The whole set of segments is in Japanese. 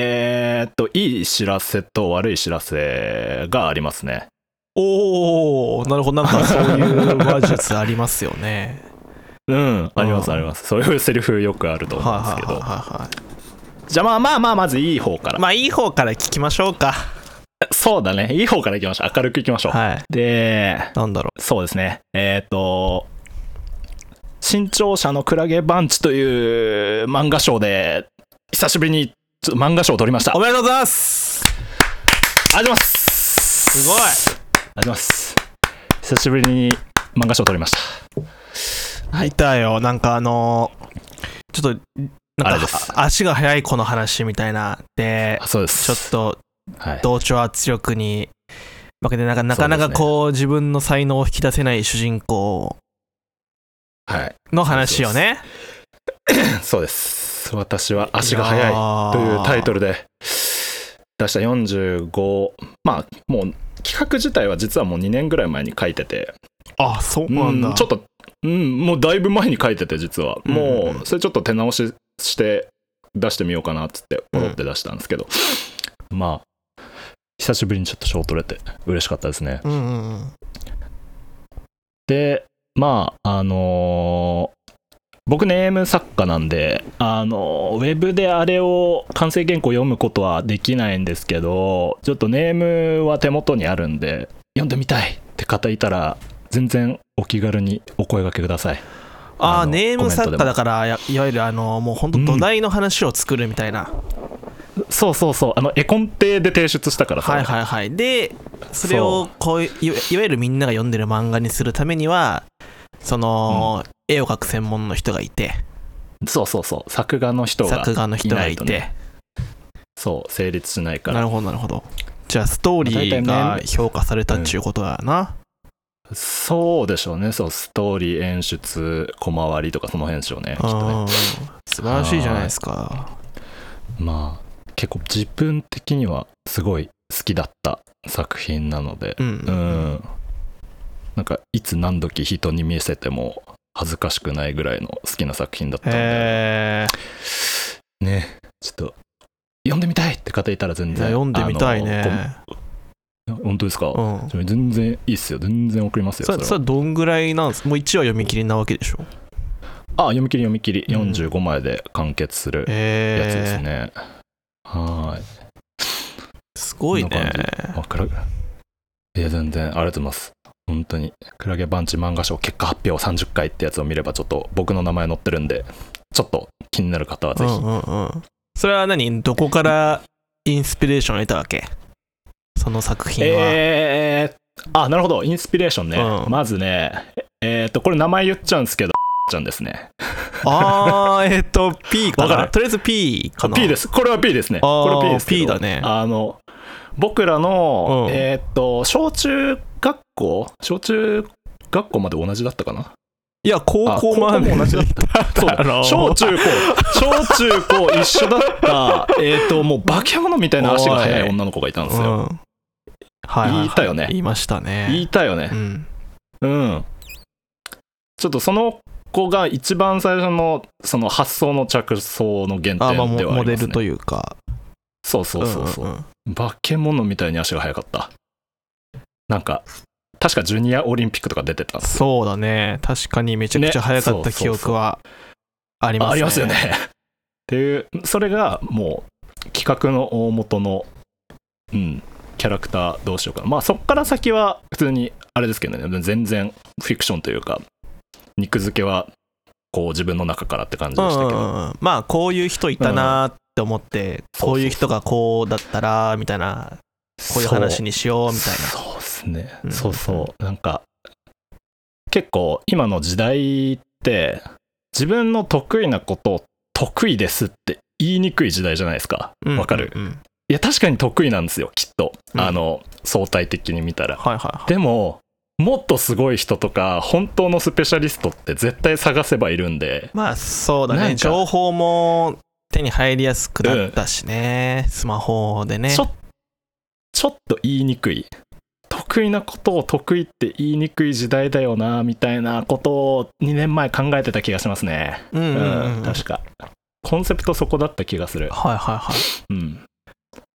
えーっと、いい知らせと悪い知らせがありますね。おー、なるほど、なんかそういう話術ありますよ ね。うん、ありますうんあります。そういうセリフよくあるとはい思うんですはいけはいど。はいはじゃあまあまあまあ、まずいい方からい。。まあ、いい方から聞きましょうか。そうだね。いい方からいきましょう。明るくいきましょう。はい。で、なんだろそうですね。えーっと、新潮社のクラゲバンチという漫画賞で、久しぶりにちょ漫画賞を取りました。う。おありがめでとうございますとうございます。すごいありがとうございます。久しぶりに漫画賞を取りました。見たよ、なんかあのーちょっと、あなんれでかすあ足が速い子の話みたいな。であ、そうです。ちょっとはい、同調圧力に負けてなんかなかなかこう自分の才能を引き出せない主人公はい、の話よね。そうです私は足が速いというタイトル。ルで出した45まあもう企画自体は実はもう2年ぐらい前に書いててあ、そうなんだ。うんちょっと、うん、もうだいぶ前に書いてて実はうんうんうんもうそれちょっと手直しして出してみようかなっつってポロって出したんですけど、まあ久しぶりにちょっと賞取れて嬉しかったですねうんうんうん。でまああのー僕ネーム作家なんであのーウェブであれを完成原稿読むことはできないんですけどちょっとネームは手元にあるんで読んでみたいって方いたら全然お気軽にお声掛けくださいああーのネーム作家だからやいわゆるあのもう本当土台の話を作るみたいな、そうそうそうあの絵コンテで提出したからさ、はいはいはいでそれをこういいわいわゆるみんなが読んでる漫画にするためにはその、絵を描く専門の人がいてそうそうそう作画の人が作画の人がいないいとてねそう成立しないかならるほどなるほどじゃあストーリーまあが大体ね評価されたっちゅうことだな、そうでしょうねそうストーリー演出小回りとかその辺でしょうねきっとねうん素晴らしいじゃないですかまあ結構自分的にはすごい好きだった作品なのでうん、うんなんかいつ何時人に見せても恥ずかしくないぐらいの好きな作品だったのでへえねちょっと読んでみたいって方いたら全然読んでみたあいのねこん本当ですか、うんそれ全然いいっすよ全然送りますよそそれれはそれはどんぐらいなんですもう1話読み切りなわけでしょあ読み切り読み切りうん45枚で完結するやつですえね、はーいー、すごいこんなねあクラゲいや全然ありがとうございます本当にクラゲバンチ漫画賞結果発表30回ってやつを見ればちょっと僕の名前載ってるんでちょっと気になる方はうぜひ、んうんうんそれは何どこからインスピレーションを得たわけその作品は、えー、あなるほどインスピレーションね、うんまずねえっとこれ名前言っちゃうんですけどちゃんですねあーえっ、 と P かわかなるとりあえず P かな P ですこれは P ですねあーこれ P ですけど P だねあの僕らの、うんえーっと小中学校小中学校まで同じだったかないや高校まであ高校も同じだったそうだろう 小中高小中高一緒だった えっ、ともう化け物みたいな足が速い女の子がいたんですよ、うんはいはいはい言いたよね言いましたね言いたようねんうんちょっとその子が一番最初のその発想の着想の原点ではああまあります、モね、モデルというかそうそうそうそう,、んんん化け物みたいに足が速かったなんか確かジュニアオリンピックとか出てたんですよそうだね確かにめちゃくちゃ早かっねた記憶はありますねありますよねっていうそれがもう企画の大元のうんキャラクターどうしようかなまあそっから先は普通にあれですけどね全然フィクションというか肉付けはこう自分の中からって感じうんでしうたけど、んうんまあこういう人いたなーって思ってうんこういう人がこうだったらみたいなこういう話にしようみたいなそうですね、うんそうそうなんか結構今の時代って自分の得意なことを得意ですって言いにくい時代じゃないですかうんわかるうんうんいや確かに得意なんですよきっと、うんあの相対的に見たらはいはいはいでももっとすごい人とか本当のスペシャリストって絶対探せばいるんでまあそうだなんかね情報も手に入りやすくなったしねスマホでねちょちょっと言いにくい得意なことを得意って言いにくい時代だよなみたいなことを2年前考えてた気がしますねうんうんうん確かコンセプトそこだった気がする。はいはいは うん。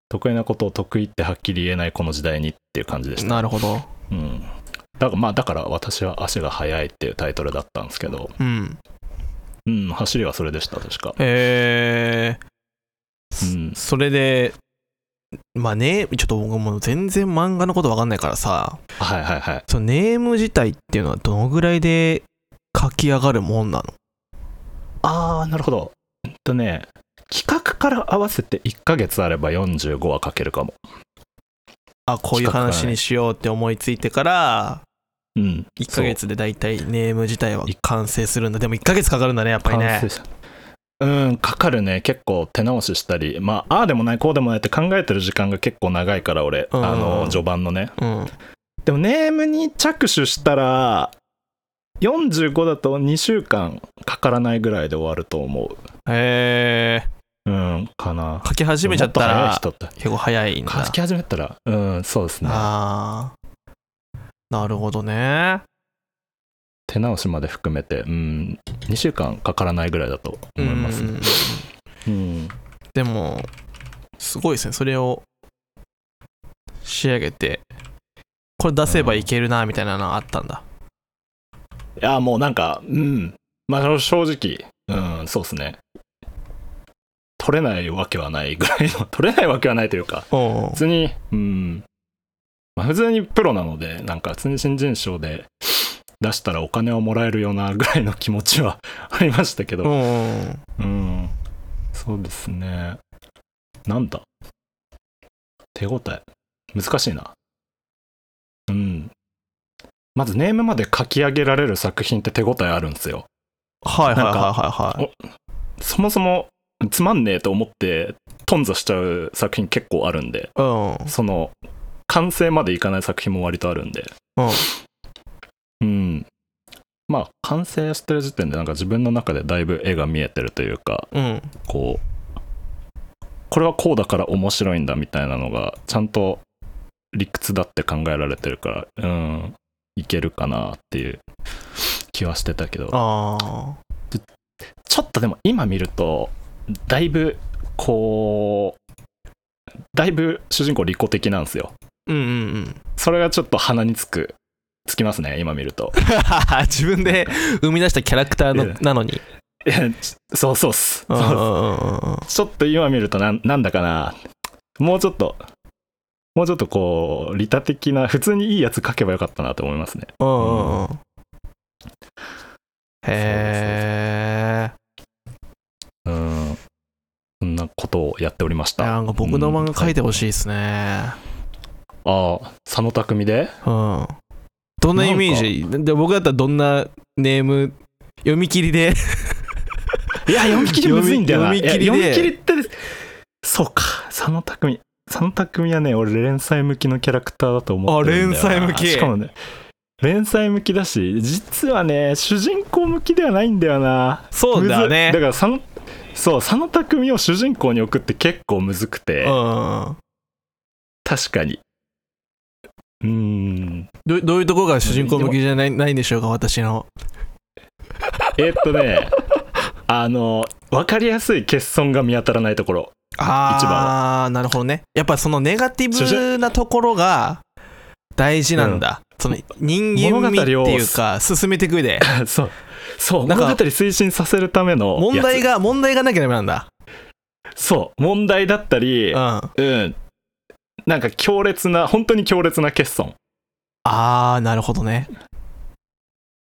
得意なことを得意ってはっきり言えないこの時代にっていう感じでしい。た。なるほど。うん。だからまあだから私は足が速いっていうタイトルだったんですけど、うん。うん、走りはそれでした、確か。えうーんそれで、まあね、ちょっと僕もう全然漫画のことわかんないからさ、はいはいはい。そのネーム自体っていうのはどのぐらいで書き上がるもんなのあー、なるほど。えっとね、企画から合わせて1ヶ月あれば45は書けるかも。あ、こういう話にしようって思いついてから、うん。 1ヶ月でだいたいネーム自体は完成するんだ。でも1ヶ月かかるんだね、やっぱり完成ね。したうん、かかるね。結構手直ししたり、まあ、ああでもない、こうでもないって考えてる時間が結構長いから、俺、うんあの、序盤のね。うん。でも、ネームに着手したら、45だと2週間かからないぐらいで終わると思えう。うん、かなー、。書き始めちゃったもと早らい人って結構早いんだ。書き始めたら、うん、そうですね。あーなるほどね。手直しまで含めて、うん、2週間かからないぐらいだと思いますね。うんうんでも、すごいですね。それを仕上げて、これ出せばいけるな、みたいなのあったんだ。いや、もうなんか、うん。まあ、正直、うん、そうですね。取れないわけはないぐらいの、取れないわけはないというか、おう普通に、うん。まあ、普通にプロなので、なんか、普通に新人賞で出したらお金をもらえるようなぐらいの気持ちは ありましたけおうど、うん。そうですね。なんだ。手応え。難しいな。うん。まずネームまで書き上げられる作品って手応えあるんですよ。はいはいはいなんかはいはい。そもそもつまんねえと思って頓挫しちゃう作品結構あるんでうん。その完成までいかない作品も割とあるんでうん。うんまあ完成してる時点でなんか自分の中でだいぶ絵が見えてるというかうん。こうこれはこうだから面白いんだみたいなのがちゃんと理屈だって考えられてるからうんいけるかなっていう気はしてたけどああ。ちょっとでも今見るとだいぶこうだいぶ主人公利己的なんですようんうんうん。 それがちょっと鼻につくつきますね今見る と自分で生み出したキャラクターのいやなのに。いやちそうそうっすうんうそんうっうんうんすちょっと今見るとなんなんだかなもうちょっともうちょっとこう利他的な普通にいいやつ書けばよかったなと思いますねうんうんうん。へえ。うんそんなことをやっておりましいやたあなんか僕の漫画書いてほしいですね。あ佐野匠でうん。どんなイメージで僕だったらどんなネーム読み切りでいや、読み切りむずいんだよな。読み読み切りでいや読み切りって、そうか、佐野匠。佐野匠はね、俺連載向きのキャラクターだと思ってるんだよな。あ連載向きしかもね、連載向きだし、実はね、主人公向きではないんだよな。 そうだねむずだから佐野、そう、佐野匠を主人公に置くって結構むずくて、うん確かに。うーん。どどういうとこが主人公向きじゃないないんでしょうか私のえーっとね、 あの、わかりやすい欠損が見当たらないとこ ろ。一番ああなるほどねやっぱそのネガティブなところが大事なんだ、その人間味って物語いをうか進めていく 上でそう。そう、なん物か語推進させるためのやつ。問題が問題がなきゃダメなんだそう、問題だったり、ううん。んあなんか強烈な、本当に強烈な欠損。あなるほどね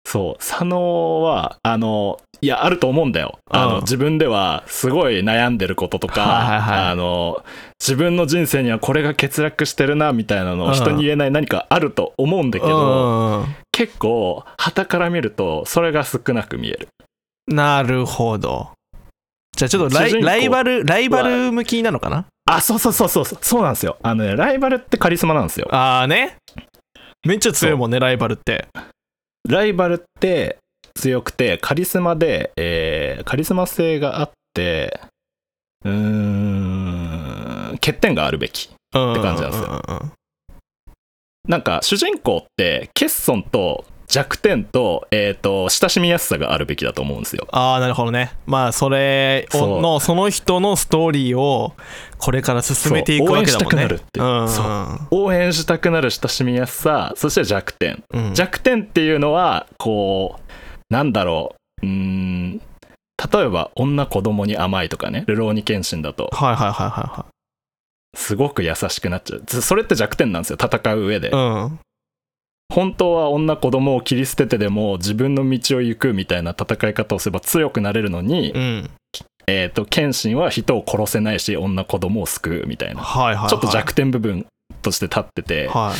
そう、佐野は、あの、いや、あると思うんだよ。あうんの、自分ではすごい悩んでることとか、はいはいはいあの、自分の人生にはこれが欠落してるな、みたいなのうんを人に言えない何かあると思うんだけど、う結構、旗から見ると、それが少なく見える。んなるほどじゃあちょっとラ主人イ公ライバルライバル向きなのかなあ、そうそうそうそう、そうなんですよ。あのね、ライバルってカリスマなんですよ。ああねめっちゃ強いもんねライバルってライバルって強くてカリスマで、えーカリスマ性があってうーん欠点があるべきうんって感じなんですよなんか主人公って欠損と弱点と,、えー、と親しみやすさがあるべきだと思うんですよ。ああなるほどねまあそれをそうのその人のストーリーをこれから進めていくそうわけだもんね応援したくなうるんってそ応援したくなる親しみやすさそして弱点、うん弱点っていうのはこうなんだろううーん例えば女子供に甘いとかねルローニケンシンだとはいはいはいはすごく優しくなっちゃうずそれって弱点なんですよ戦う上で、いはいうん本当は女子供を切り捨ててでも自分の道を行くみたいな戦い方をすれば強くなれるのに、うんえー、と謙信は人を殺せないし女子供を救うみたいな、はいはいはいちょっと弱点部分として立ってて、はい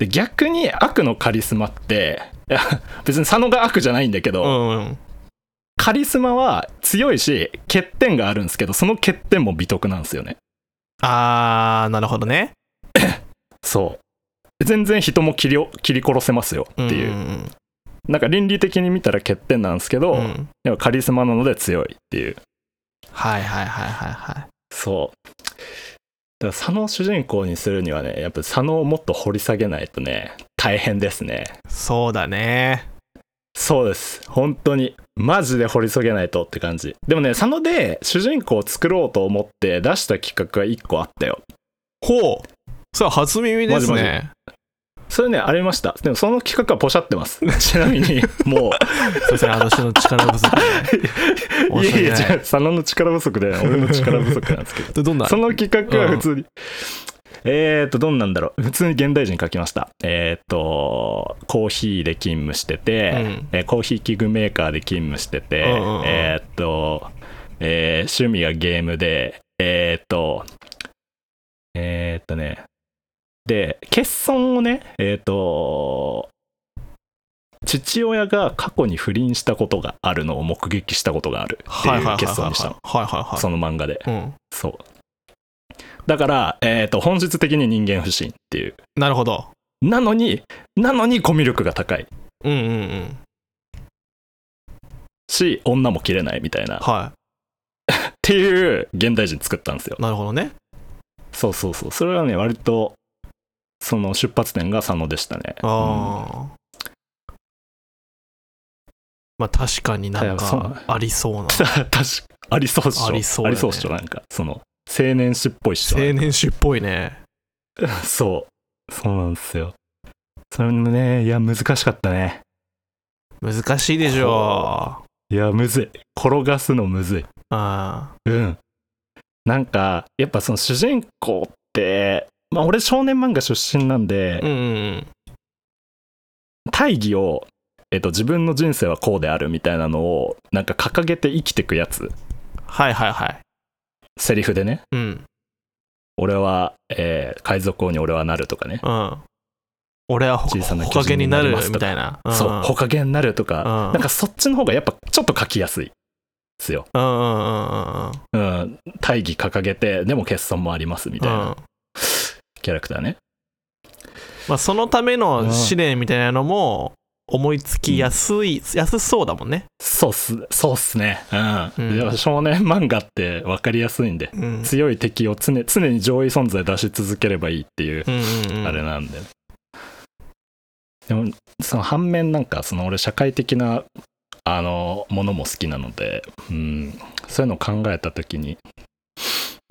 で逆に悪のカリスマっていや別に佐野が悪じゃないんだけど、うんうんカリスマは強いし欠点があるんですけどその欠点も美徳なんですよねああなるほどねそう全然人も切りお切り殺せますよっていう、んなんか倫理的に見たら欠点なんですけど、うんうんでもカリスマなので強いっていうはいはいはいはいはいそうだから佐野を主人公にするにはねやっぱ佐野をもっと掘り下げないとね大変ですねそうだねそうです本当にマジで掘り下げないとって感じでもね佐野で主人公を作ろうと思って出した企画が1個あったよほうそれは初耳ですマジねそれねありましたでもその企画はポシャってますちなみにもすいません私の力不足うでい申 しやいや訳なじゃあい佐野の力不足で俺の力不足なんですけどでどんなその企画は普通に、えーとどんなんだろう普通に現代人書きましたえーとコーヒーで勤務してて、うんえーコーヒー器具メーカーで勤務してて、うんうんうんえーと、えー趣味がゲームでえーとえーとねで欠損をねえーと父親が過去に不倫したことがあるのを目撃したことがあるってはいいはいうはいはい欠損にしたのはいはいはいその漫画でうん、そう。だから、えっ、と、本質的に人間不信っていう。なるほど。なのに、なのにコミュ力が高いうんうんうん。し、女も切れないみたいな。っはていう現代人作ったんですよい。。なるほどね。そうそうそう。それはね、割と、その出発点が佐野でしたね。ああ、まあ確かになんいやそうかありそうな。うん 確かありそうっしょ。ありそうあだねりそうっしょ。なんか、その、青年誌っぽいっしょ。青年誌っぽいね。そう。そうなんですよ。それもね、いや、難しかったね。難しいでしょいや、むずい。転がすのむずい。う。あうん。なんか、やっぱその主人公って、まあ俺少年漫画出身なんで、うんうん大義を、えっと、自分の人生はこうであるみたいなのを、なんか掲げて生きてくやつ、はいはいはい。セリフでね、うん俺は、えー海賊王に俺はなるとかね、うん。俺はほ小さなほ巨かげ人ににななりるますみとかたいな。そう、んほかげになるとか、うんなんかそっちの方がやっぱちょっと書きやすい。ですよ、うんうんうんうんうん。うん、大義掲げてでも欠損もありますみたいな、うんキャラクターねまあそのための試練みたいなのも思いつきやすい、安そうだもんね。そうっすそうっすねううんん、やっぱ少年漫画って分かりやすいんでうん。強い敵を常常に上位存在出し続ければいいっていううんうんうん、あれなんで、でもその反面なんかその俺社会的なあのものも好きなので、うん、そういうのを考えた時に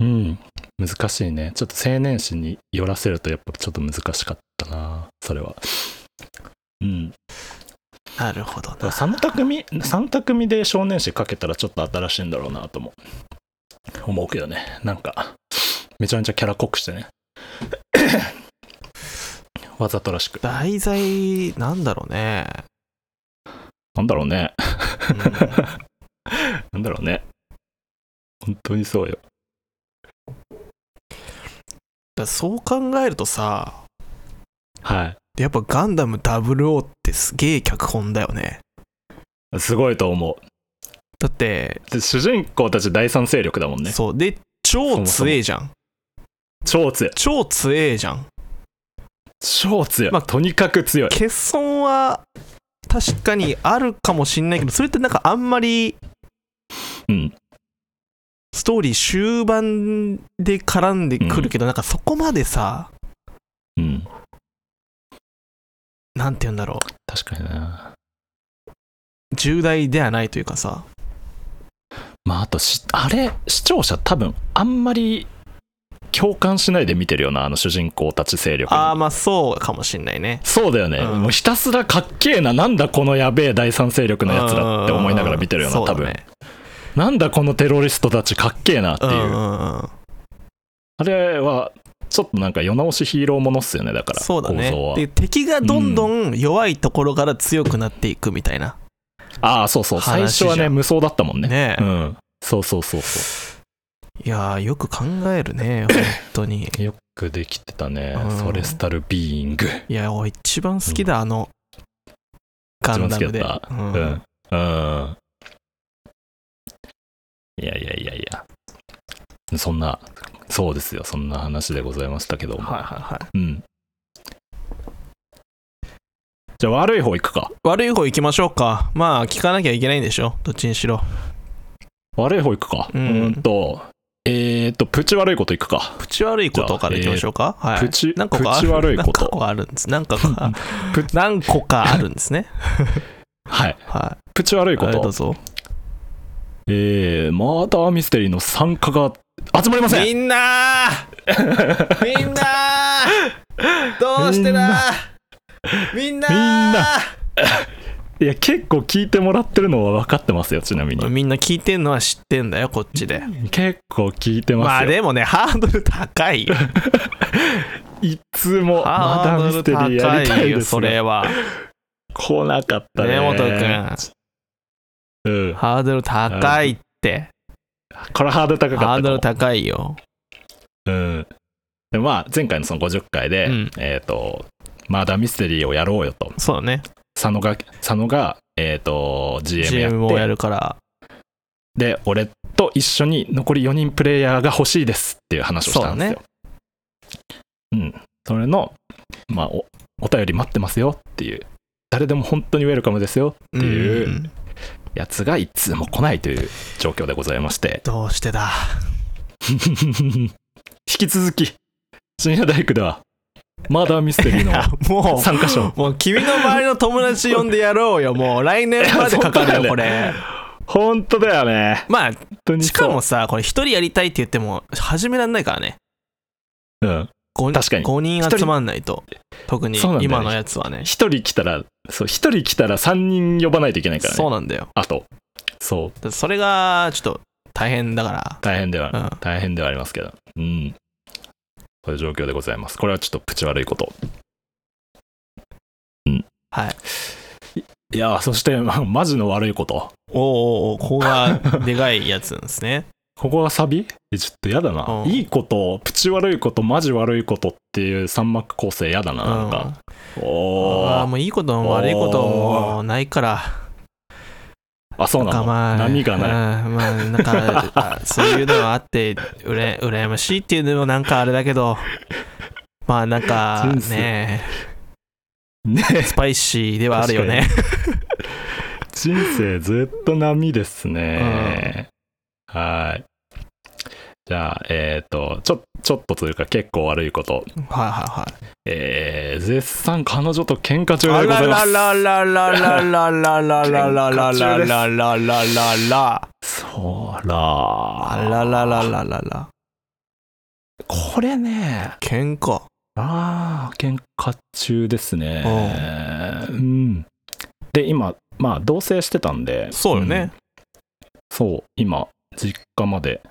うん難しいねちょっと青年誌に寄らせるとやっぱちょっと難しかったなそれはうんなるほどな。 3択組三択組で少年誌かけたらちょっと新しいんだろうなとも思うけどねなんかめちゃめちゃキャラ濃くしてね わざとらしく題材なんだろうね、なんだろうね うんなんだろうね本当にそうよだそう考えるとさはやっぱ「ガンダム00」ってすげえ脚本だよねいすごいと思だって、うで主人公たち第三勢力だもんねそうで超強えじゃん超強い超強えじゃん超強い、まあとにかく強い欠損は確かにあるかもしんないけどそれってなんかあんまりうんストーリー終盤で絡んでくるけど、なんかそこまでさうんななんて言うんだろう確かにな重大ではないというかさまああとしあれ視聴者多分あんまり共感しないで見てるよなあの主人公たち勢力にああまあそうかもしんないねそうだよね、うんもうひたすらかっけえななんだこのやべえ第三勢力のやつらって思いながら見てるよなうん多そうだ分ねなんだこのテロリストたちかっけえなっていう、うんうんうんあれはちょっとなんか世直しヒーローものっすよねだからそうだ構造ねはで敵がどんどん弱いところから強くなっていくみたいな、ああそうそう最話じ初ゃんはね無双だったもんねねえうんそうそうそうそいやーよく考えるね 本当にうよくできてたね、うんソレスタルビーイングいや俺一番好きだ、あのガンダムで一番好ううんん、うん、いやいやいやいやそんなそうですよそんな話でございましたけども、はいはいはういんじゃあ悪い方行くか悪い方行きましょうかまあ聞かなきゃいけないんでしょどっちにしろ悪い方行くかうんーんとえー、っとプチ悪いこと行くかプチ悪いことからいきましょうか、はいプチ何個かあるプチ悪いこと何個かあるんです何 個かプチ何個かあるんですねはいはプチ悪いいこはいどとうぞえー、マーダーミステリーの参加が集まりませんみんなーみんなーどうしてだーみんなーみんないや結構聞いてもらってるのは分かってますよちなみにみんな聞いてんのは知ってんだよこっちで結構聞いてままあすよ、でもねハードル高 いよいつもマハダーミードスルテリーやり高たいいでよすそねれは来なかったね根本君うんハードル高いってこれハードル高かったかもハードル高いようんでまあ前回のその50回で、うんえっ、とマーダーミステリーをやろうよとそうだね佐野が佐野がえっ、と GM やって GM をやるからで俺と一緒に残り4人プレイヤーが欲しいですっていう話をしたんですよ。うん、それの、まあ、おお便り待ってますよっていう誰でも本当にウェルカムですようっていうんやつが一通も来ないという状況でございまして どうしてだ 引き続き深夜大工ではマーダーミステリーの も参加賞うもう君の周りの友達呼んでやろうよもう来年まで かかるよこいれ本当だよねまあ本当にそうしかも、さこれ一人やりたいって言っても始めらんないからねうん、 5, 確かに人集まんないと特にそうなんだよね今のやつはね一人来たらそう一人来たら3人呼ばないといけないからそねうなんだよあとそうだからそれがちょっと大変だか大変では、うん大変ではありますけどうんそういう状況でございますこれはちょっとプチ悪いことうんはいいやーそして、ま、マジの悪いことらおうおうおうここがでかいやつなんで すねここがサビえちょっとやだな、うんいいことプチ悪いことマジ悪いことっていう三幕構成やだななんうんか、おああーもういいことも悪いことおーもないからあそうななんの、かまあ波がないうんまあなんか あそういうのがあってうら羨ましいっていうのもなんかあれだけどまあなんか人生ね ねスパイシーではあるよね人生ずっと波ですね。はい。じゃあ、えっ、と、ちょ、ちょっとというか結構悪いこと。はいはえー、絶賛彼女と喧嘩い中はいあでございらまらす。ららららららららららららららららそうあらららららららこれね、喧嘩ああ、喧嘩中ですね。うん。で、今、まあ、同棲してたんで。そうよねそう、今、実家まで、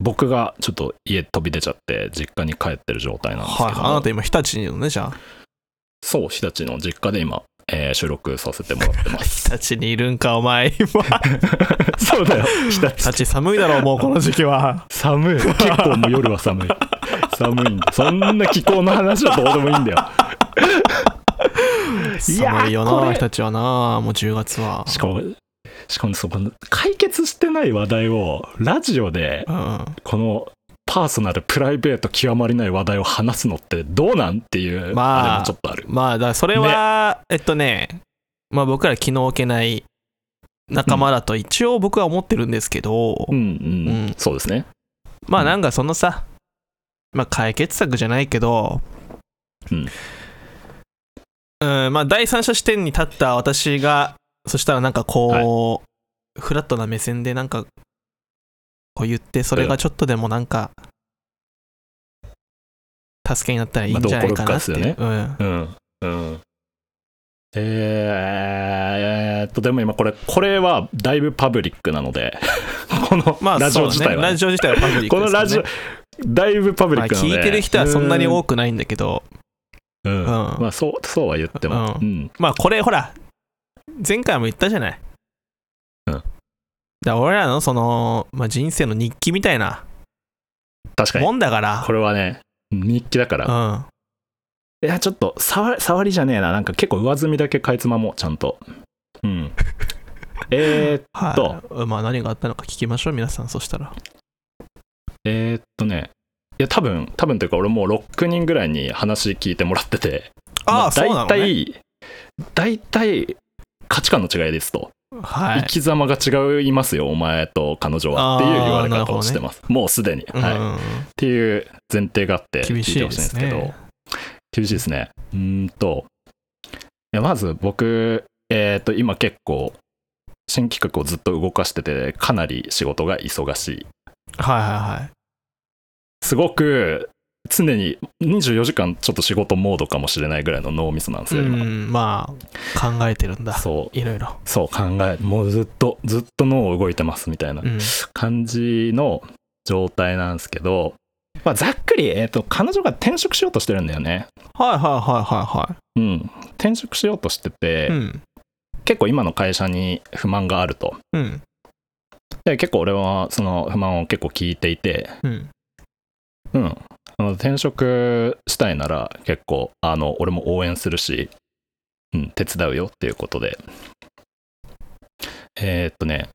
僕がちょっと家飛び出ちゃって、実家に帰ってる状態なんですけどはいも、あなた今日立にいるのねじゃあそう、日立の実家で今、えー収録させてもらってま す。日立にいるんかお前今そうだよ、日日立。立寒いだろうもうこの時期は寒い。結構もう夜は寒い。寒いんだ。そんな気候の話はどうでもいいんだよ。いやー寒いよこなれ日立はなもう10月はしかも、しかもそこの解決してない話題を、ラジオで、うんこの、パーソナル、プライベート、極まりない話題を話すのってどうなんっていう、まあれもちょっとある。まあだからそれは、えっとねまあ僕ら気の置けない仲間だと一応僕は思ってるんですけど、うんうん、うんそうですね。まあなんかそのさまあ解決策じゃないけど、うんうん、まあ第三者視点に立った私が、そしたらなんかこう、フラットな目線でなんか、こう言って、それがちょっとでもなんか、助けになったらいいんじゃないかなっていう。まあどううん。うん。うん。えー、えーっと、でも今これ、これはだいぶパブリックなので、 このまあラジオそう自ね体はね、ラジオ自体はパブリックこでのすからラねジオ、だいぶパブリッまあクなので。聞いてる人はそんなに多くないんだけど、うん。うんうん。まあ、そう、そうは言っても。ううん。まあこれほら前回も言ったじゃないうんだから俺らのその、まあ、人生の日記みたいな確かに。もんだから、これはね、日記だから。うんいや、ちょっと、触り、触りじゃねえな。なんか結構上積みだけかいつまもう、ちゃんと。うん。 えーっとはい、まあ何があったのか聞きましょう皆さんそしたらえーっとね、いや、多分、多分というか、俺もう6人ぐらいに話聞いてもらってて、まああそうなの大ね体、大体、価値観の違いですと、生はい、き様が違いますよ、お前と彼女はっていう言われあーなる方ほどをねしてます。もうすでに、うんはい。っうんていう前提があって、聞厳いしいてでほしいんですすけど、ね厳しいですね。うーんと、いやまず僕、えっ、と、今結構、新企画をずっと動かしてて、かなり仕事が忙しい。はいはいはいすごく、常に24時間ちょっと仕事モードかもしれないぐらいの脳みそなんですうよ、今。んまあ考えてるんだそう、いろいろそう考え、もうずっと、ずっと脳動いてますみたいなうん感じの状態なんですけど、まあ、ざっくり、えっ、と、彼女が転職しようとしてるんだよね。はいはいはいはうん。転職しようとしてて、いはいうん結構今の会社に不満があると。うんで結構俺はその不満を結構聞いていて、うんうん、あの転職したいなら結構あの俺も応援するし、うん、手伝うよっていうことでえーっとね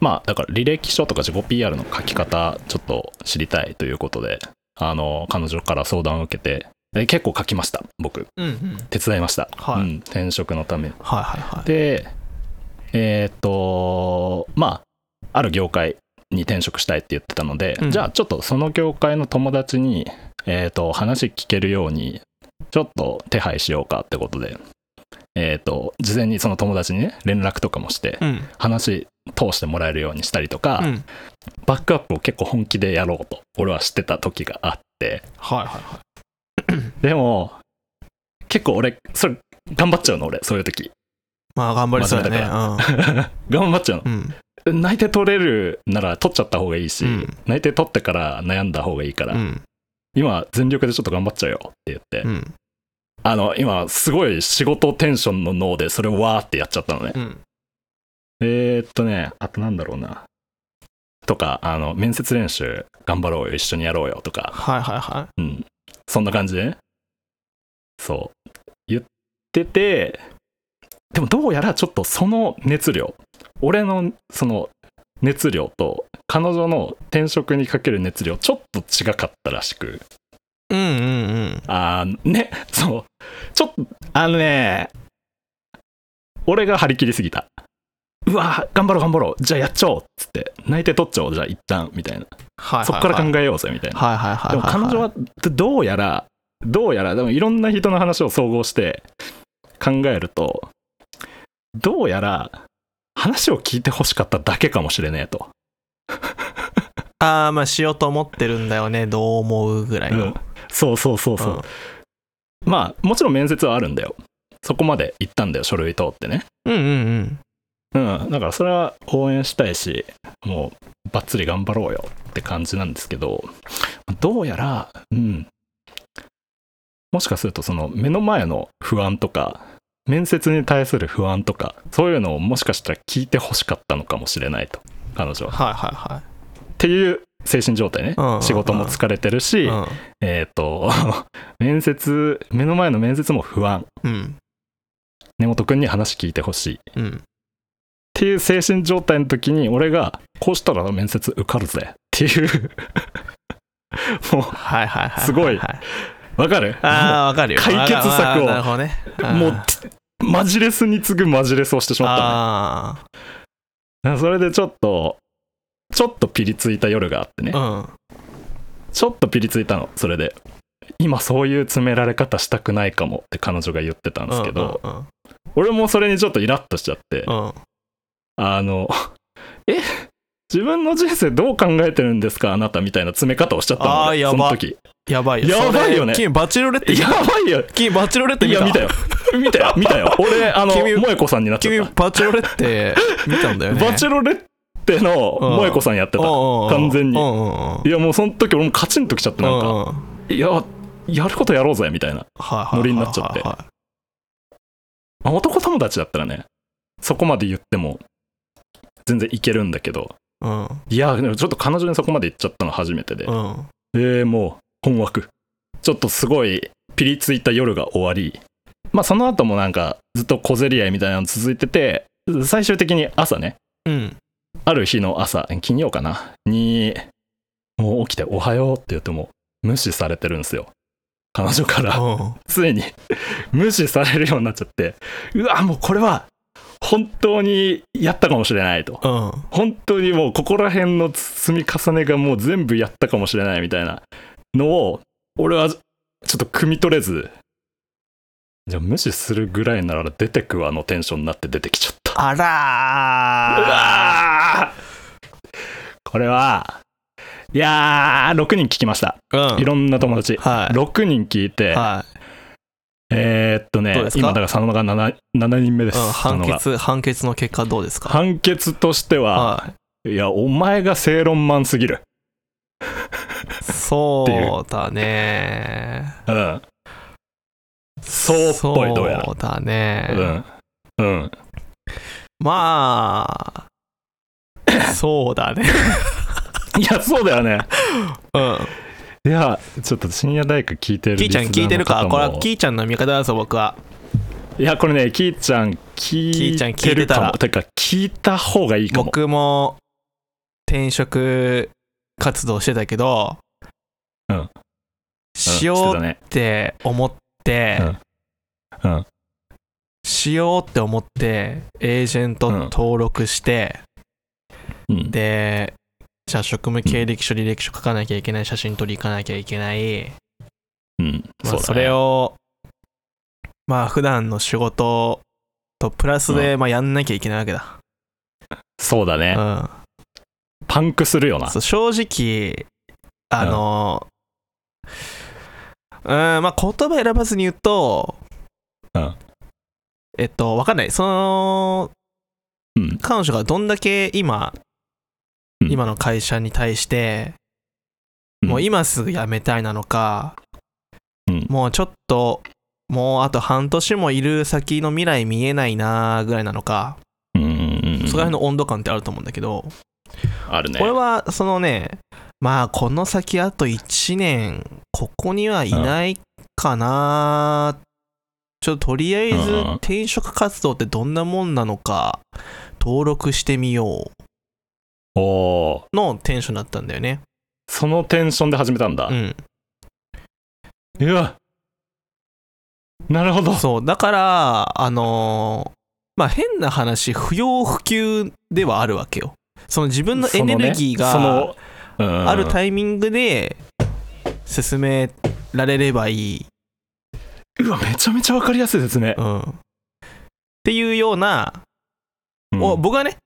まあだから履歴書とか自己 PR の書き方ちょっと知りたいということであの彼女から相談を受けてえ結構書きました僕うんうん手伝いました、はいうん、転職のためにはいはいはいでえーっとまあある業界に転職したいって言ってたので、うんじゃあちょっとその業界の友達に、えーっと話聞けるようにちょっと手配しようかってことでえーっと事前にその友達にね連絡とかもしてうん話通してもらえるようにしたりとか、うんバックアップを結構本気でやろうと俺はしてた時があってはいはいはいでも結構俺それ頑張っちゃうの俺そういう時まあ頑張りそうだね真面うん頑張っちゃうの うん内定取れるなら取っちゃった方がいいし、うん内定取ってから悩んだ方がいいから、うん今全力でちょっと頑張っちゃうよって言って、うんあの今すごい仕事テンションの脳でそれをわーってやっちゃったのね、うんえー、っとねあとなんだろうなとかあの面接練習頑張ろうよ一緒にやろうよとか、はいはいはうん、そんな感じでねそう言っててでもどうやらちょっとその熱量俺のその熱量と彼女の転職にかける熱量ちょっと違かったらしくいうんうんうんあーね そうちょっとあのね俺が張り切りすぎたうわ頑張ろう頑張ろうじゃあやっちゃおうっつって内定取っちゃおうじゃあ一旦みたいなはいはいはいそっから考えようぜみたいなはいはいはいでも彼女ははどどうやらどうやらでもいろんな人の話を総合して考えるとどうやら話を聞いてほしかっただけかもしれねえと、いああまあしようと思ってるんだよねどう思うぐらいの、うんそうそうそうそう、まあもちろん面接はあるんだよそこまで行ったんだよ書類通ってねうん、うんうんうんうんだからそれは応援したいしもうバッツリ頑張ろうよって感じなんですけどどうやらうんもしかするとその目の前の不安とか面接に対する不安とかそういうのをもしかしたら聞いてほしかったのかもしれないと彼女は。はいはいはっていう精神状態ねうん仕事も疲れてるいし、うえっ、と 面接目の前の面接も不安んうん根本君に話聞いてほしいっうんていう精神状態の時に俺がこうしたら面接受かるぜっていう もはいはいはいすごいははうわかるああわかるよ解決策をわかるわかるなるほどねもうあマジレスに次ぐマジレスをしてしーまったのねあそれでちょっと、ちょっとピリついた夜があってねー。うんちょっとピリついたの、それで。今そういう詰められ方したくないかもって彼女が言ってたんですけど、うんうん俺もそれにちょっとイラッとしちゃって、うんうんあのえ自分の人生どう考えてるんですかあなたみたいな詰め方をしちゃったのあー俺やそばの時やばいよやばいよねそれ君バチェロレッテやばいよ君バチェロレッテい見やた見たよ見 たよ見たよ俺あの君萌子さんになっち君ゃっバチェロレッテ見たんだた、よねバチェロレッテの萌子さんやってた、ロ完全にうんうんうんいやもうその時俺もカチンときちゃってなんか、うんうんいややることやろうぜみたいなはいはいはいはいはいノリになっちゃってまあ男友達だったらねそこまで言っても全然いけるんだけどうんいやでもちょっと彼女にそこまで言っちゃったの初めてで、うんえー、もう困惑ちょっとすごいピリついた夜が終わりまあその後もなんかずっと小競り合いみたいなの続いてて最終的に朝ねうんある日の朝金曜かなにもう起きて「おはよう」って言っても無視されてるんですよ彼女からうんついに 無視されるようになっちゃってうわもうこれは本当にやったかもしれないとうん本当にもうここら辺の積み重ねがもう全部やったかもしれないみたいなのを俺はちょっと汲み取れずじゃあ無視するぐらいなら出てくわのテンションになって出てきちゃったあらーうわーこれはいやー6人聞きましたうんいろんな友達はい6人聞いて、はえーっとねどうですか今だから佐野が 7, 7人目でいす、うん判佐野が決判決の結果どうですか判決としては、はいやお前が正論マンすぎるいそうだねうんそうっぽいどうやらそうだねうんうん まあそうだねいやそうだよ ねうんいやちょっと深夜大工聞いてるキーちゃん聞いてるかリスこれナーの方もはキーちゃんの味方だぞ僕はいやこれねキーちゃんキ聞ーちゃんい聞ていてるたからもてか聞いた方がいいかも僕も転職活動してたけど、うんしようんうっして思って、うんうんしようって思ってエージェント登録して、たねうんでじゃあ職務経歴書履歴書書かなきゃいけない写真撮り行かなきゃいけない、うんうまあだねそれをまあ普段の仕事とプラスで、まあ、やんなきゃいけないわけだ、そうだねうん、パンクするよなそう正直あのうんまあ言葉選ばずに言うと、うんえっとわかんないそのうん彼女がどんだけ今、うん今の会社に対して、うんもう今すぐ辞めたいなのか、うんもうちょっともうあと半年もいる先の未来見えないなぐらいなのか、うんうんうんそこら辺の温度感ってあると思うんだけど、あるね俺はそのねまあこの先あと1年ここにはいないかな、ちょっととりあえずうんうん転職活動ってどんなもんなのか登録してみよおおーうのテンションだったんだよねそのテンションで始めたんだう、んいやなるほどそうだからあのーまあ変な話不要不急ではあるわけよその自分のエネルギーそがのねそのうんあるタイミングで進められればいい、うわめちゃめちゃわかりやすいですねうん、っていうようなうんお僕はね、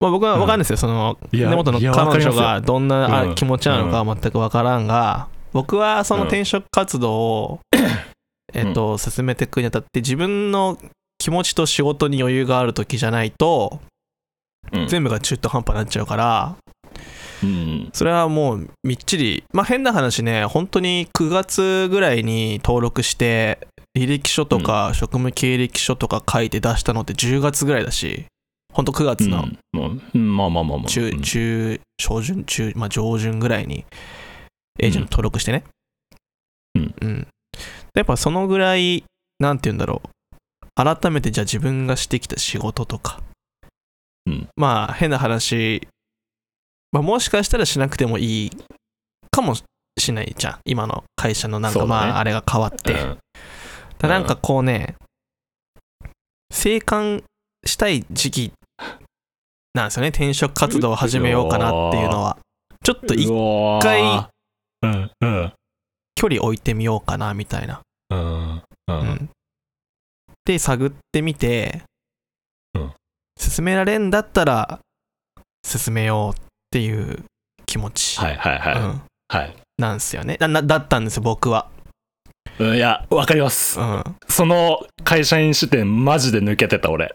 まあ、僕は分かるんですよ、そのい根や本のいやわか彼り女ますよがどんなうあん気持ちなのかは全く分からんが、僕はその転職活動 を、えっと進めていくにあたって自分の気持ちと仕事に余裕がある時じゃないとうん全部が中途半端になっちゃうからうんそれはもうみっちりまあ変な話ね本当に9月ぐらいに登録して履歴書とか職務経歴書とか書いて出したのって10月ぐらいだし本当9月うのんもううんまあまあまあまあ中、中、小旬、中、まあ、上旬ぐらいに、エージェント登録してね。うん。うん。でやっぱそのぐらい、なんて言うんだろう。改めてじゃあ自分がしてきた仕事とか。うんまあ、変な話、まあ、もしかしたらしなくてもいいかもしないじゃん。今の会社のなんか、そうだねまあ、あれが変わって。うんただなんかこうね、生還したい時期なんですよね転職活動を始めようかなっていうのはちょっと一うわー回うんうん距離置いてみようかなみたいな、うんううんんで探ってみて、うん進められんだったら進めようっていう気持ち、はいはいはい、うんはいなんですよねだなだったんですよ僕は、うんいやわかりますうん、その会社員視点マジで抜けてた俺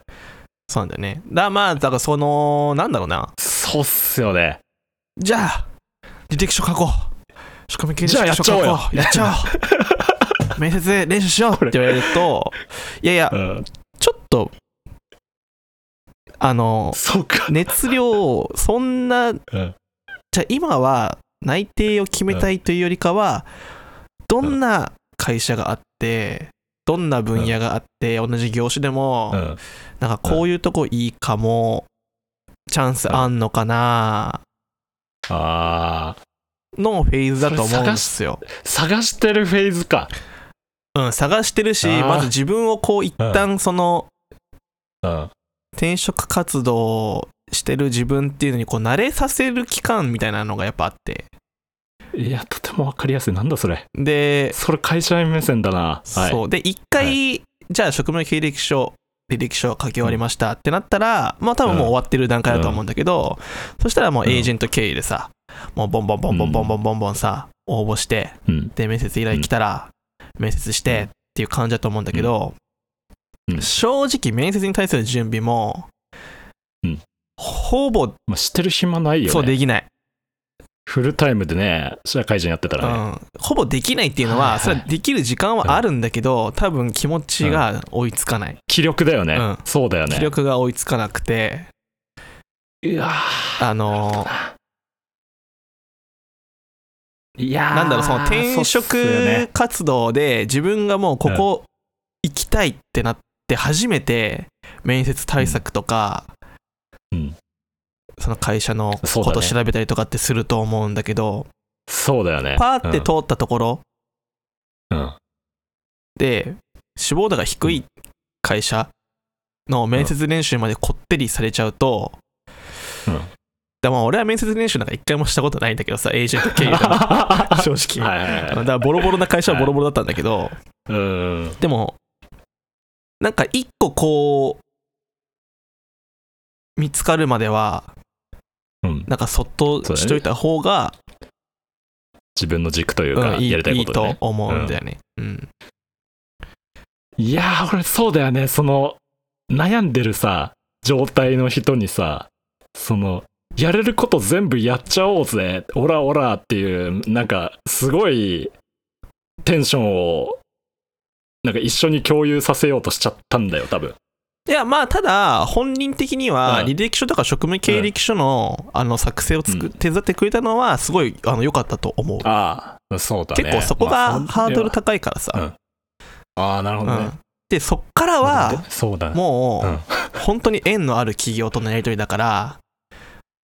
そうなんだよねだまあだからそのなんだろうなそうっすよねじゃあ履歴書書こう仕込み系じゃあやっちゃおうよやっちゃお う面接で練習しようって言われるといやいやうんちょっとあのそうか熱量そんなうんじゃあ今は内定を決めたいというよりかはどんな会社があってどんな分野があって同じ業種でもうんなんかこういうとこいいかもチャンスあんのかなあーのフェーズだと思うんですよ。探してるフェーズかうん、探してるしあーまず自分をこう一旦そのうん転職活動してる自分っていうのにこう慣れさせる期間みたいなのがやっぱあっていやとてもわかりやすいなんだそれでそれ会社員目線だなはいそう。で、一回、はじゃあ、職務経歴書、履歴書書き終わりましたってなったら、まあ多分もう終わってる段階だと思うんだけど、そしたらもうエージェント経由でさ、もうボンボンボンボンボンボンボンボンさ、応募して、うんで、面接依頼来たら、面接してっていう感じだと思うんだけど、うんうん正直面接に対する準備も、うんほぼ、まあ、知ってる暇ないよねそうできない。フルタイムでね社会人やってたらね、うん、ほぼできないっていうはのいはは、いそれはできる時間はあるんだけど、多分気持ちが追いつかない。気力だよね、うんそうだよね気力が追いつかなくて、いやあのーいやーなんだろう、その転そうっすよ職ね活動で自分がもうここ行きたいってなって初めて面接対策とか、うんその会社のそうこだとね調べたりとかってすると思うんだけど、そうだよねパーって通ったところうんうんで志望度が低い会社の面接練習までこってりされちゃうと、うんだからまあ俺は面接練習なんか一回もしたことないんだけどさエージェント経由でも 正直はいはいだ はいからボロボロな会社はボロボロだったんだけど、うんでもなんか一個こう見つかるまではうんなんかそっとしといた方が自分の軸といううか、んいいやりたいいいことでねと思うんだよね。うんいやー俺そうだよねその悩んでるさ状態の人にさそのやれること全部やっちゃおうぜオラオラっていうなんかすごいテンションをなんか一緒に共有させようとしちゃったんだよ多分いやまあただ本人的にはうん履歴書とか職務経歴書のあの作成をつうんく手伝ってくれたのはすごいあの良かったと思う。ああそうだね結構そこまあがんハードル高いからさ。ああなるほどね、うんでそっからはそうだねもうんう本当に縁のある企業とのやり取りだから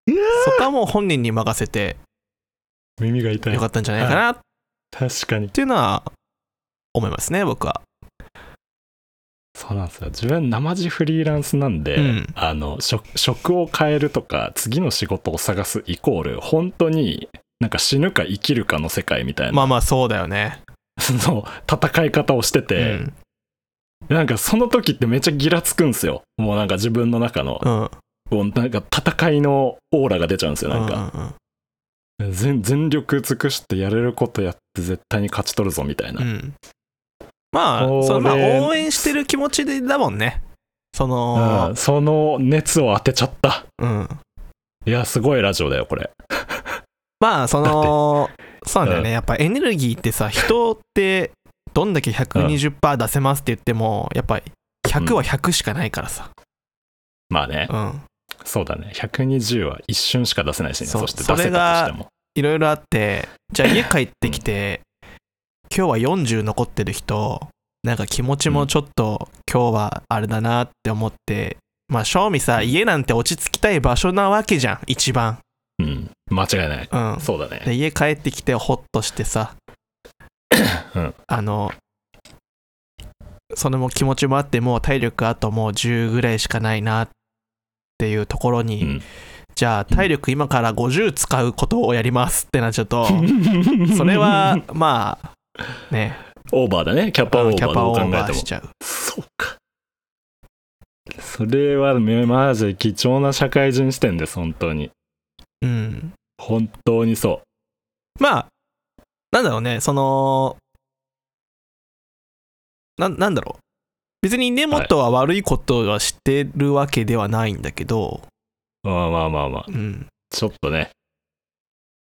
いやそこはもう本人に任せて耳が痛い よかったんじゃないかなっ確かにていうのは思いますね僕は。そうなんですよ自分生地フリーランスなんで、うんあの職職を変えるとか次の仕事を探すイコール本当になんか死ぬか生きるかの世界みたいな、まあまあそうだよね。 その戦い方をしてうて、んなんかその時ってめっちゃギラつくんですよもうなんか自分の中の、うんこうなんか戦いのオーラが出ちゃうんですようなんんうか、ん全全力尽くしてやれることやって絶対に勝ち取るぞみたいな、うんまあこれそのまあ応援してる気持ちでだもんね。そうんの、その熱を当てちゃったうん、いやすごいラジオだよこれまあそのそうなんだよね、うやっぱエネルギーってさ人ってどんだけ120%出せますって言ってもやっぱ100は100しかないからさ、まあね、うん、そうだね120は一瞬しか出せないしねそそうして出それせたがとしてもいろいろあってじゃあ家帰ってきて、今日は40残ってる人なんか気持ちもちょっと今日はあれだなって思ってまあ正味さ家なんて落ち着きたい場所なわけじゃん一番うん間違いないうんそうだねで家帰ってきてホッとしてさ、うんあのそれも気持ちもあってもう体力あともう10ぐらいしかないなっていうところに、うんじゃあ体力今から50使うことをやりますってなっちゃうと それはまあね。オーバーだね。キャパオーキバャーパどうオ考ーえバてもーし。ちゃう。そうか。それは、めマジで貴重な社会人視点です、本当に。うん。本当にそまあ、なんだろうね、その、ななんだろう。別に根本は悪いことは知ってるわけではないんだけど、う。まあまあまあまあ。うん、ちょっとね。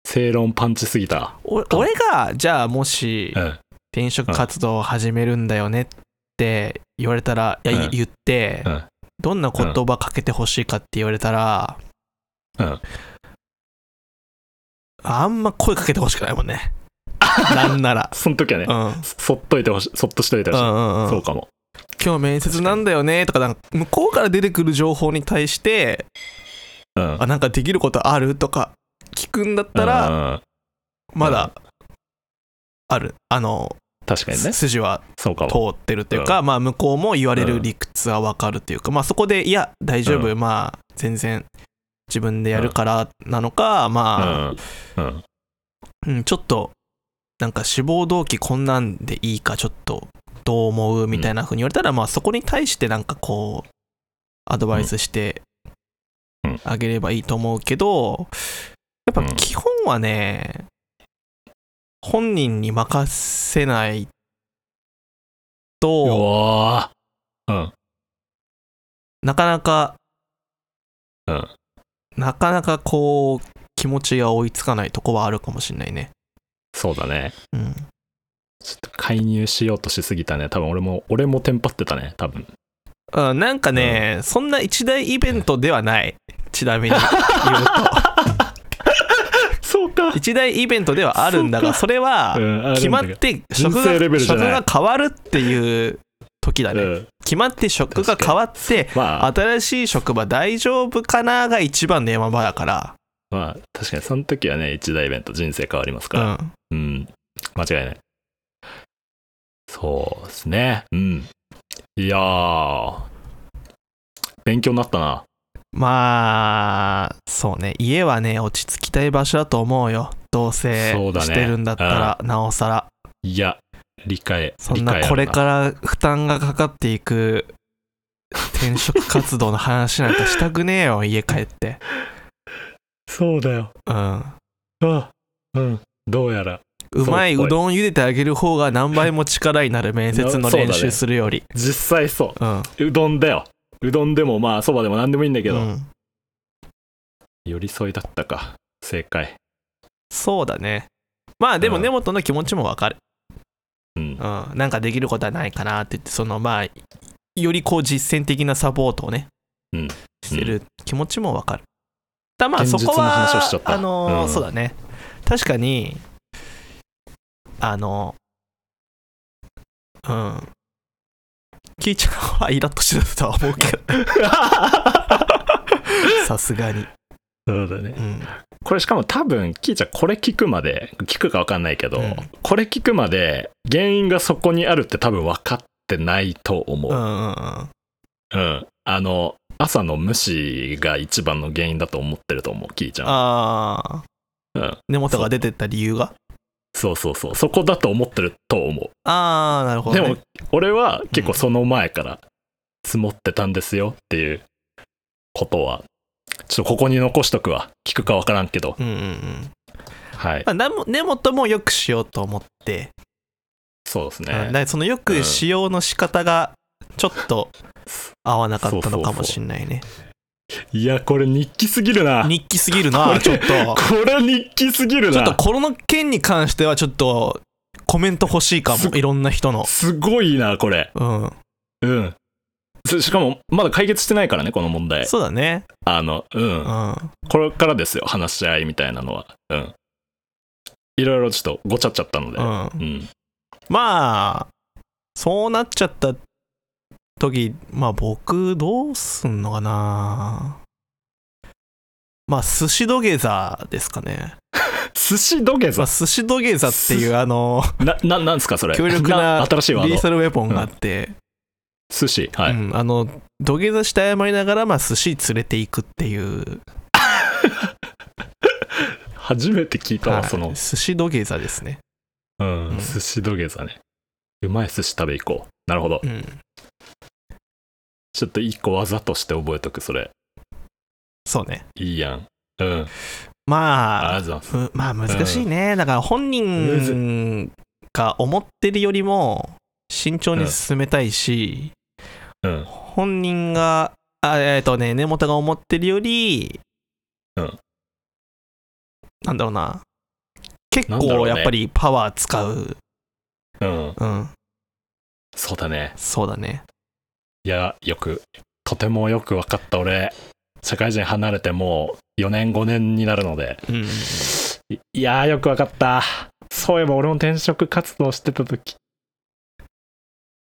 正論パンチすぎた。お俺が、じゃあもしうん。転職活動を始めるんだよねって言われたら、いやうん言って、うんどんな言葉かけてほしいかって言われたら、うんあんま声かけてほしくないも んね。なんなら。その時はね、うんそっといてほしい。そっとしといてほしい。そそうかも。今日面接なんだよねとかなんか向こうから出てくる情報に対してうん。あなんかできることあるとか聞くんだったらうん、まだあるあの確かにね。筋はそうか通も。ってるというかまあ向こうも言われる理屈はわかるというかまあそこでいや大丈う夫まあ全然自分でやるからなのかうまあん。うん。うんちょっとなんか志望動機こんなんでいいかちょっとどう思うみたいな風に言われたら、まあそこに対してなんかこうアドバイスしてうんうんあげればいいと思うけどやっぱうん基本はね本人に任せないとおーうん。なかなかうんなかなかこう気持ちが追いつかないとこはあるかもしれないね。そうだね。うんちょっと介入しようとしすぎたね。多分俺も、俺もテンパってたね。多分。うん、なんかね、そんな一大イベントではない。ちな みに言うと。そうか。一大イベントではあるんだそうが、かそれはうん、決まって人職生がレベルじゃ職ないが変わるっていう時だたね。決まって職が変わって、まあ、新しい職場大丈夫かなが一番の山場だから。まあ、確かにその時はね、一大イベント人生変わりますうから。ん。うん。間違いない。そうですね。うん。いやー、勉強になったな。まあ、そうね。家はね、落ち着きたい場所だと思うよ。同そう棲だねしてるんだったら、なおさら。いや、理解、そん理解あるななこれから負担がかかっていく転職活動の話なんかしたくねえ よ家帰ってそうだよ。うんあうん。どうやら。うまいそううどん茹でてあげる方が何倍も力になる面接の練習するより,、実際そうう。うどんだよ。うどんでも、まあ、そばでも何でもいいんだけど、ん、うん、寄り添いだったか。正解。そうだねまあでもうん根本の気持ちもわかる、うんう。ん、なんかできることはないかなって言ってそのまあよりこう実践的なサポートをね、うんしてる気持ちもわかるだまあ現そ実このは話をしちゃったあのーうんそうだね確かにあのうんキーちゃんはイラッとしてたとは思うけ どさすがに、そうだね。うん、これしかも多分キーちゃんこれ聞くまで聞くか分かんないけど、うんこれ聞くまで原因がそこにあるって多分分かってないと思うんうう、んううんんあの朝の無視が一番の原因だと思ってると思うキーちゃんああうん根元が出てった理由がそうそうそうそこだと思ってると思ああなるうほど、ね、でも俺は結構その前から積もってたんですよっていうことはちょっとここに残しとくわ聞くか分からんけどうんうんうんはいまあなんも根本もよくしようと思って、そうですね、うんだからそのよくしようの仕方がちょっと合わなかったのかもしんないねいやこれ日記すぎるな日記すぎるなちょっとこれ日記すぎるちょなっとこの件に関してはちょっとコメント欲しいかすもいろんな人のすごいなこれうんうんそしかもまだ解決してないからねこの問題そうだねあのううんんこれからですよ話し合いみたいなのはうんいろいろちょっとごちゃっちゃったのでううん、んまあそうなっちゃった時まあ僕どうすんのかなまあ寿司土下座ですかね寿司土下ま座あ、寿司土下座っていうあのなななんですかそれ強力な新しいワリーードサルウェポンがあって、寿司はい、うんあの土下座して謝りながら、まあ、寿司連れていくっていう、初めて聞いたわ、はいその寿司土下座ですねうん、うん寿司土下座ね。うまい寿司食べ行こう。なるほどう。ん。ちょっと一個技として覚えとく、それ。そうね。いいやん。うん。あまあ、りがとうございます。むまあ難しいね。だから本むず人が思ってるよりも慎重に進めたいし、うん。本人が、あえっ、とね、根本が思ってるより、うんなんだろうな。結なんだろう構ねやっぱりパワー使う。うん。うん、そうだね。そうだね。いや、よく、とてもよく分かった俺、社会人離れてもう4年5年になるので、うん。いいやーよく分かった。そういえば俺も転職活動してた時、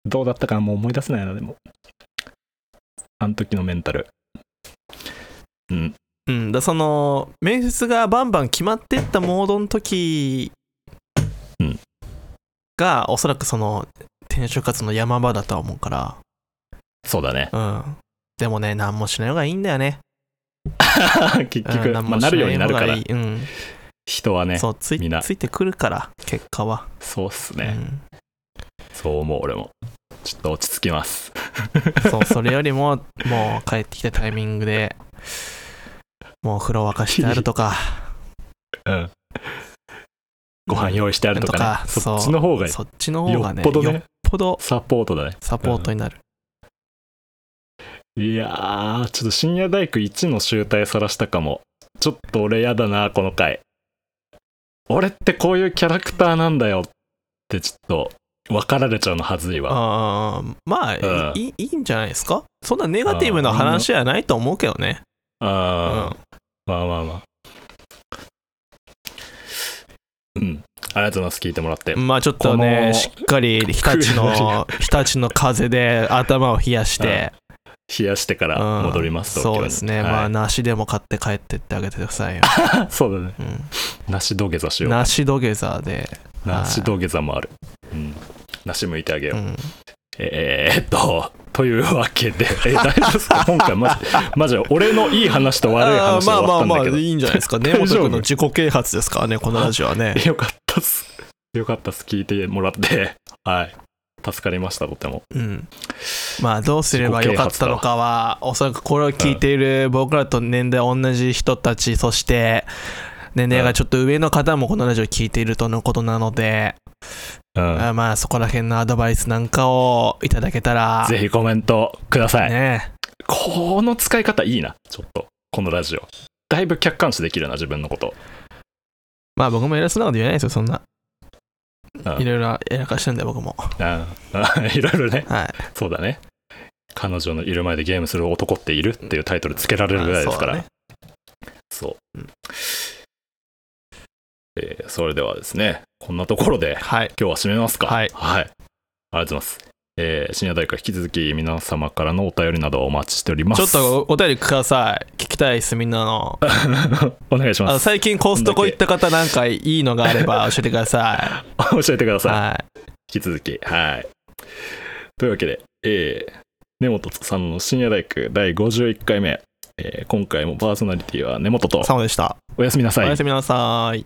どうだったかもう思い出せないな、でも。あの時のメンタル。うん。うん、だその面接がバンバン決まってったモードの時うんが、おそらくその転職活動の山場だとは思うかそうだね。ら、うん、でもね何もしない方がいいんだよね 結う局、ん、何まあ、もしなるよういになる方かがらいい、うん人はね、そうついみんなついてくるから結果は、そうっすね。そう思う俺も。ちょっと落ち着きます。うん、そうそれよりも もう帰ってきたタイミングでもう風呂沸かしてあるとか うん。ご飯用意してあるとなかね。んとかそっそちうの方がいい。そっちの方がねよっぽどねよっぽどサポートだね。サポートになる、いやー、ちょっと深夜大工1の集大さらしたかも。ちょっと俺やだな、この回。俺ってこういうキャラクターなんだよってちょっと分かられちゃうのはずいわ。あーまあ、うんいいいいんじゃないですかそんなネガティブな話じゃないと思うけどね。うんああー、まあまあまあ。うん。ありがとうございます。聞いてもらって。まあちょっとこのね、しっかり日立の、日立の風で頭を冷やして、冷やしてかうらん戻ります、東京にそうですね。はいまあ、梨でも買って帰ってってあげてくださいよ。 そうだね。うん梨土下座しよう。梨土下座で。梨土下座もある。うん。梨向いてあげようう。んえーっと、というわけで、 え大丈夫ですか今回マジ、マジ、俺のいい話と悪いあ話ーでま終あまわったあんまだあ、けど。いいんじゃないですか。大 丈夫ね本君の自己啓発ですからね、このラジオ はね。よかったっす。よかったっす。聞いてもらって。はい。助かりました、とても。うん、まあどうすればよかったのかはおそらくこれを聞いている僕らと年代同じ人たちそして年齢がちょっと上の方もこのラジオ聞いているとのことなので、うん。あまあそこら辺のアドバイスなんかをいただけたらぜひコメントください。ねこの使い方いいな、ちょっと。このラジオ。だいぶ客観視できるな、自分のこと。まあ僕も偉そうなこと言えないですよそんなうんいろいろやらかしてるんで僕もうん。 いろいろね。はいそうだね。彼女のいる前でゲームする男っているっていうタイトルつけられるぐらいですから。まあそう。うんえーそれではですね、こんなところでそうだねはい今日は締めますか。はいありがとうございます。えー深夜大会引き続き皆様からのお便りなどをお待ちしておりまちょす。っとお便りください聞きたいですみんなのと お願いしあまのす。最近コストコ行った方なんかいいのがあれ ば教えてくださ教えてくだいさい。はい引き続き。はい。というわけで、えー根本さんの深夜大工第51回目、えー今回もパーソナリティは根本とサモでした。おやすみなさおいや。すみなさい。